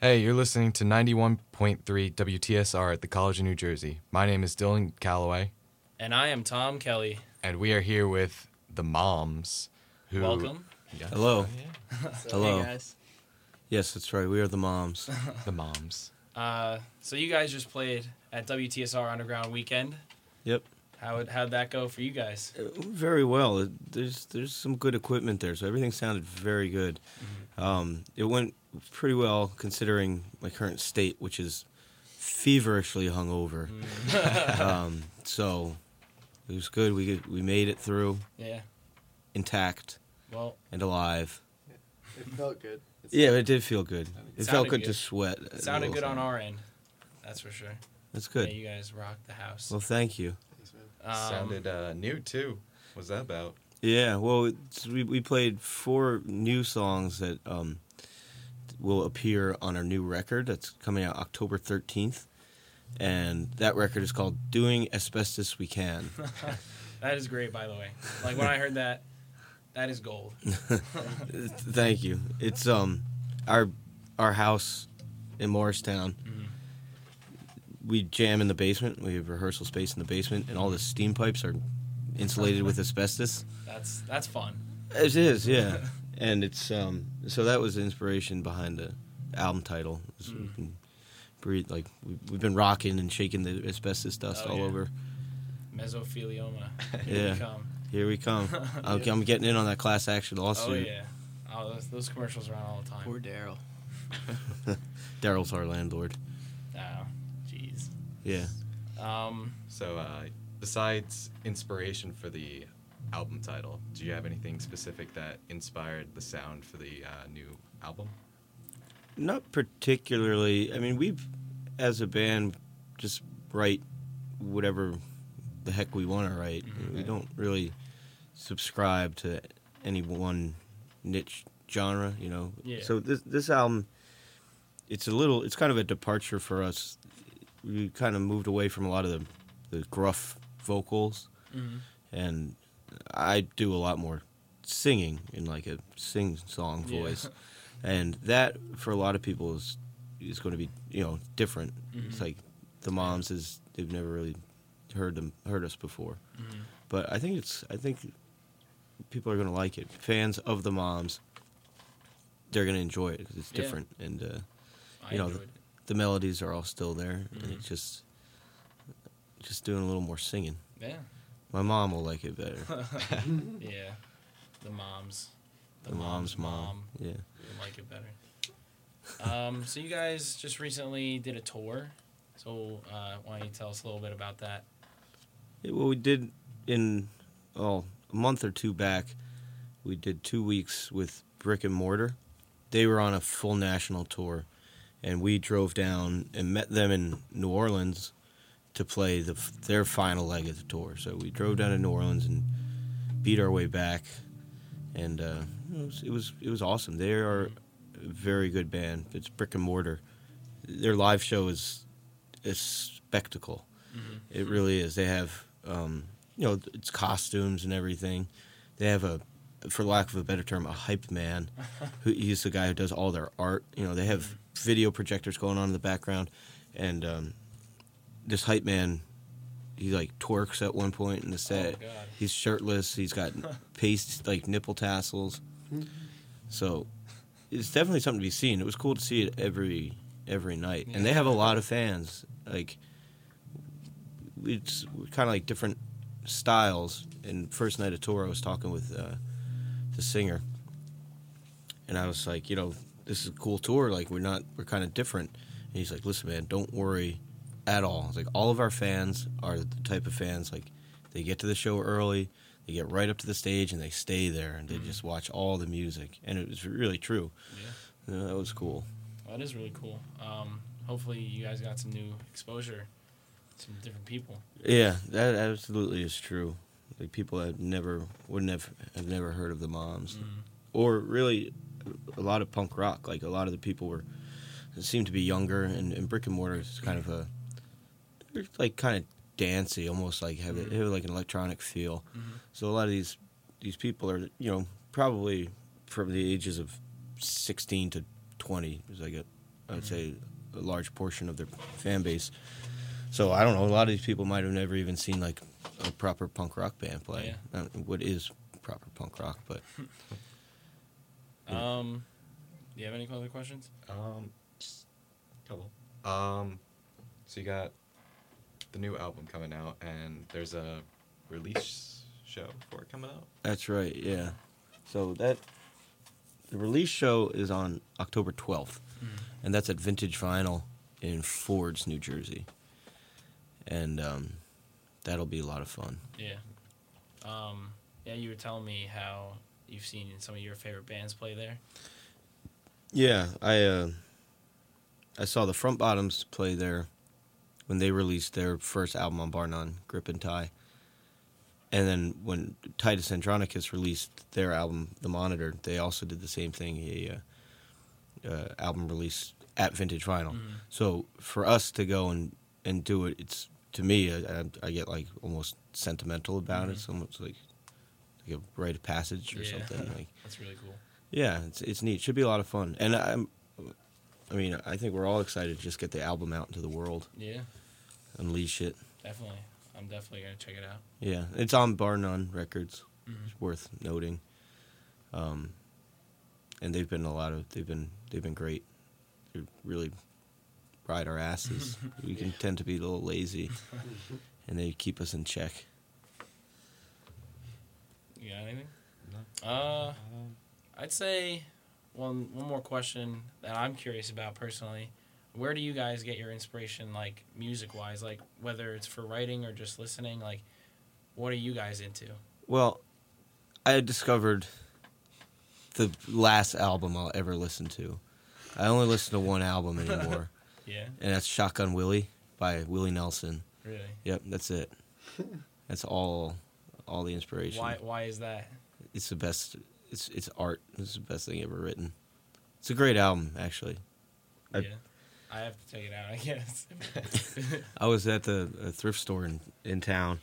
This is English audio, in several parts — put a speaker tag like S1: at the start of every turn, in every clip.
S1: Hey, you're listening to 91.3 WTSR at the College of New Jersey. My name is Dylan Calloway,
S2: And I am Tom Kelly.
S1: and we are here with the moms. Who,
S2: Welcome.
S1: Yeah,
S3: Hello. Hello.
S4: Hey guys.
S3: Yes, that's right. We are the moms.
S1: the moms.
S2: Uh, so you guys just played at WTSR Underground Weekend.
S3: Yep.
S2: How would how'd that go for you guys?
S3: Uh, Very well. It- There's there's some good equipment there, so everything sounded very good.
S2: Mm-hmm.
S3: Um, it went pretty well considering my current state, which is feverishly hungover.
S2: Mm.
S3: um, so it was good. We get- we made it through
S2: Yeah.
S3: intact
S2: Well,
S3: and alive.
S4: It felt good. It's-
S3: Yeah, it did feel good. It felt
S2: sounded
S3: good, to
S2: good.
S3: sweat. a
S2: it sounded
S3: little
S2: good on
S3: something.
S2: our end. That's for sure.
S3: That's good.
S2: Yeah, you guys rocked the house.
S3: Well, thank you.
S4: Thanks, man.
S2: Um,
S1: Sounded uh, new, too. What's that about?
S3: Yeah, well, it's, we we played four new songs that um, will appear on our new record that's coming out October thirteenth, and that record is called "Doing Asbestos We Can."
S2: that is great, by the way. Like when I heard that, that is gold.
S3: Thank you. It's um, our our house in Morristown. We jam in the basement. We have rehearsal space in the basement, and all the steam pipes are insulated with asbestos.
S2: That's that's fun.
S3: It is, yeah. and it's um so that was the inspiration behind the album title. So
S2: Mm.
S3: we can breathe like we, we've been rocking and shaking the asbestos dust
S2: Oh,
S3: all
S2: yeah.
S3: over.
S2: Mesothelioma. Here
S3: Yeah.
S2: we come.
S3: Here we come. I'm, I'm getting in on that class action
S2: Oh
S3: lawsuit.
S2: yeah. Oh, those, those commercials are on all the time.
S4: Poor Daryl.
S3: Daryl's our landlord.
S2: Oh, jeez.
S3: Yeah.
S2: Um,
S1: So, uh, besides inspiration for the album title, do you have anything specific that inspired the sound for the uh, new album?
S3: Not particularly. I mean, we've as a band just write whatever the heck we want to write.
S2: Mm-hmm.
S3: We don't really subscribe to any one niche genre, you know.
S2: Yeah.
S3: So this this album it's a little it's kind of a departure for us. We kind of moved away from a lot of the the gruff vocals
S2: mhm.
S3: and I do a lot more singing in like a sing song
S2: Yeah.
S3: voice, and that for a lot of people is is going to be you know different. It's like the moms is they've never really heard them heard us before,
S2: Mm-hmm.
S3: but I think it's I think people are going to like it. Fans of the moms, they're going to enjoy it because it's
S2: Yeah.
S3: different and. Uh,
S2: I
S3: You know,
S2: enjoyed it.
S3: the melodies are all still there, and
S2: Mhm.
S3: it's just just doing a little more singing.
S2: Yeah.
S3: My mom will like it better.
S2: Yeah. The moms.
S3: The mom's mom. Yeah.
S2: would like it better. Um, so you guys just recently did a tour. So uh, why don't you tell us a little bit about that?
S3: Yeah, well, we did in oh a month or two back. We did two weeks with Brick and Mortar. They were on a full national tour, and we drove down and met them in New Orleans to play the f- their final leg of the tour. So we drove down to New Orleans and beat our way back, and uh, it, was, it was it was awesome. They are a very good band. It's Brick and Mortar. Their live show is a spectacle. It really is. They have, um, you know, it's costumes and everything. They have a, for lack of a better term, a hype man. who he's the guy who does all their art. You know, they have video projectors going on in the background, and um, this hype man, he like twerks at one point in the set.
S2: God.
S3: he's shirtless. He's got paste like nipple tassels. So it's definitely something to be seen. It was cool to see it every every night, and they have a lot of fans. Like it's kind of like different styles. And first night of tour, I was talking with uh, the singer, and I was like, you know, this is a cool tour. Like we're not, we're kind of different. And he's like, listen, man, don't worry at all. It's like all of our fans are the type of fans like they get to the show early, they get right up to the stage, and they stay there and they just watch all the music. And it was really true.
S2: Yeah.
S3: Yeah, that was cool.
S2: Well, that is really cool. Um, hopefully you guys got some new exposure, some different people.
S3: Yeah, that absolutely is true. Like people have never would never have never heard of the Moms,
S2: Mm-hmm.
S3: or really a lot of punk rock. Like a lot of the people were seemed to be younger, and, and brick and mortar is kind of a they're like kind of dancey, almost like have, a, have like an electronic feel. So a lot of these these people are you know probably from the ages of sixteen to twenty is like a I would say a large portion of their fan base. So I don't know. A lot of these people might have never even seen like a proper punk rock band play. I don't know what is proper punk rock? But
S2: Um, do you have any other questions?
S1: Um, just a couple. Um, so you got the new album coming out, and there's a release show for it coming out.
S3: that's right. Yeah. So that the release show is on October 12th, and that's at Vintage Vinyl in Fords, New Jersey, and um, that'll be a lot of fun.
S2: Yeah. Um, yeah, you were telling me how you've seen some of your favorite bands play there.
S3: Yeah, I uh, I saw the Front Bottoms play there when they released their first album on Bar None, Grip and Tie. And then when Titus Andronicus released their album, The Monitor, they also did the same thing, a uh, uh, album release at Vintage Vinyl. So for us to go and, and do it, it's to me, I, I, I get like almost sentimental about it. It's almost like like a rite of passage or
S2: Yeah.
S3: something. Like
S2: That's really cool.
S3: yeah, it's it's neat. Should be a lot of fun. And I'm, I mean, I think we're all excited to just get the album out into the world,
S2: Yeah,
S3: unleash it.
S2: definitely. I'm definitely gonna check it out.
S3: Yeah, it's on Bar None Records.
S2: Mhm.
S3: It's worth noting. Um, and they've been a lot of they've been they've been great. They really ride our asses. we can tend to be a little lazy, and they keep us in check.
S2: You got anything? No. Uh, I'd say one one more question that I'm curious about personally. Where do you guys get your inspiration, like music wise, like whether it's for writing or just listening? Like, what are you guys into?
S3: Well, I had discovered the last album I'll ever listen to. I only listen to one album anymore,
S2: Yeah,
S3: and that's Shotgun Willie by Willie Nelson.
S2: really.
S3: Yep, that's it. That's all all the inspiration.
S2: Why why is that?
S3: It's the best it's it's art. It's the best thing ever written. It's a great album actually. I-
S2: yeah, I have to check it out. I guess.
S3: I was at the a thrift store in, in town,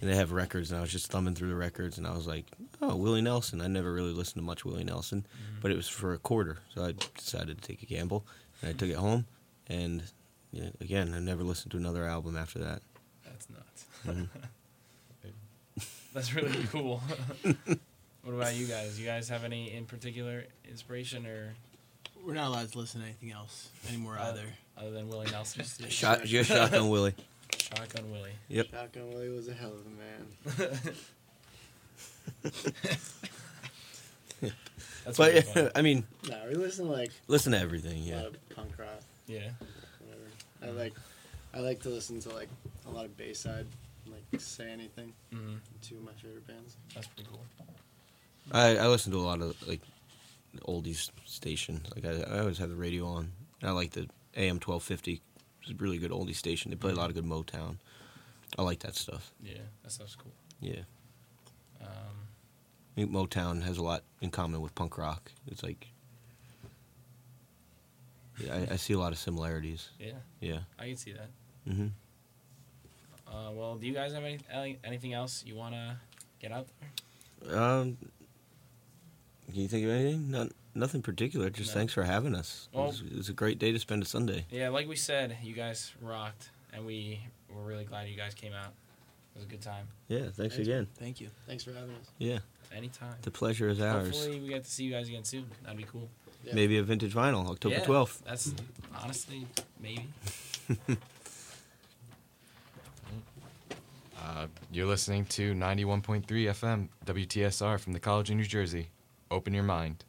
S3: and they have records, and I was just thumbing through the records, and I was like, oh, Willie Nelson. I never really listened to much Willie Nelson, but it was for a quarter, so I decided to take a gamble, and I took it home, and yeah, again, I never listened to another album after that.
S2: That's nuts.
S3: Mhm.
S2: That's really cool. what about you guys? You guys have any in particular inspiration or
S5: We're not allowed to listen to anything else anymore
S2: Uh,
S5: either.
S2: other than Willie Nelson?
S3: Shot, just Shotgun Willie.
S2: Shotgun Willie.
S3: Yep.
S4: Shotgun Willie was a hell of a man.
S2: That's really
S3: But
S2: funny.
S3: I mean,
S4: Nah, we listen to like
S3: listen to everything.
S4: a
S3: Yeah,
S4: lot of punk rock,
S2: Yeah.
S4: whatever. I like, I like to listen to like a lot of Bayside, like Say Anything.
S2: Mm,
S4: Two of my favorite bands.
S2: that's pretty cool.
S3: I, I listen to a lot of like oldies stations. Like I, I always have the radio on. And I like the AM twelve fifty. It's a really good oldie station. They play a lot of good Motown. I like that stuff.
S2: Yeah, that stuff's cool.
S3: Yeah,
S2: Um,
S3: I think Motown has a lot in common with punk rock. It's like yeah, I, I see a lot of similarities.
S2: yeah,
S3: Yeah.
S2: I can see that.
S3: Mm-hmm.
S2: Uh, well, do you guys have any, any- anything else you want to get out there?
S3: Um. Can you think of anything? Not, nothing particular. Just
S2: No.
S3: thanks for having us.
S2: Well-
S3: it, was, it was a great day to spend a Sunday.
S2: Yeah, like we said, you guys rocked, and we were really glad you guys came out. It was a good time.
S3: Yeah. Thanks
S4: Thanks.
S3: again.
S5: Thank you.
S4: Thanks for having us.
S3: Yeah.
S2: Anytime.
S3: The pleasure is ours.
S2: Hopefully, we get to see you guys again soon. That'd be cool.
S4: Yeah.
S3: Maybe a vintage vinyl, October
S2: Yeah,
S3: twelfth.
S2: That's honestly maybe.
S1: Uh, you're listening to 91.3 FM WTSR from the College of New Jersey. Open your mind.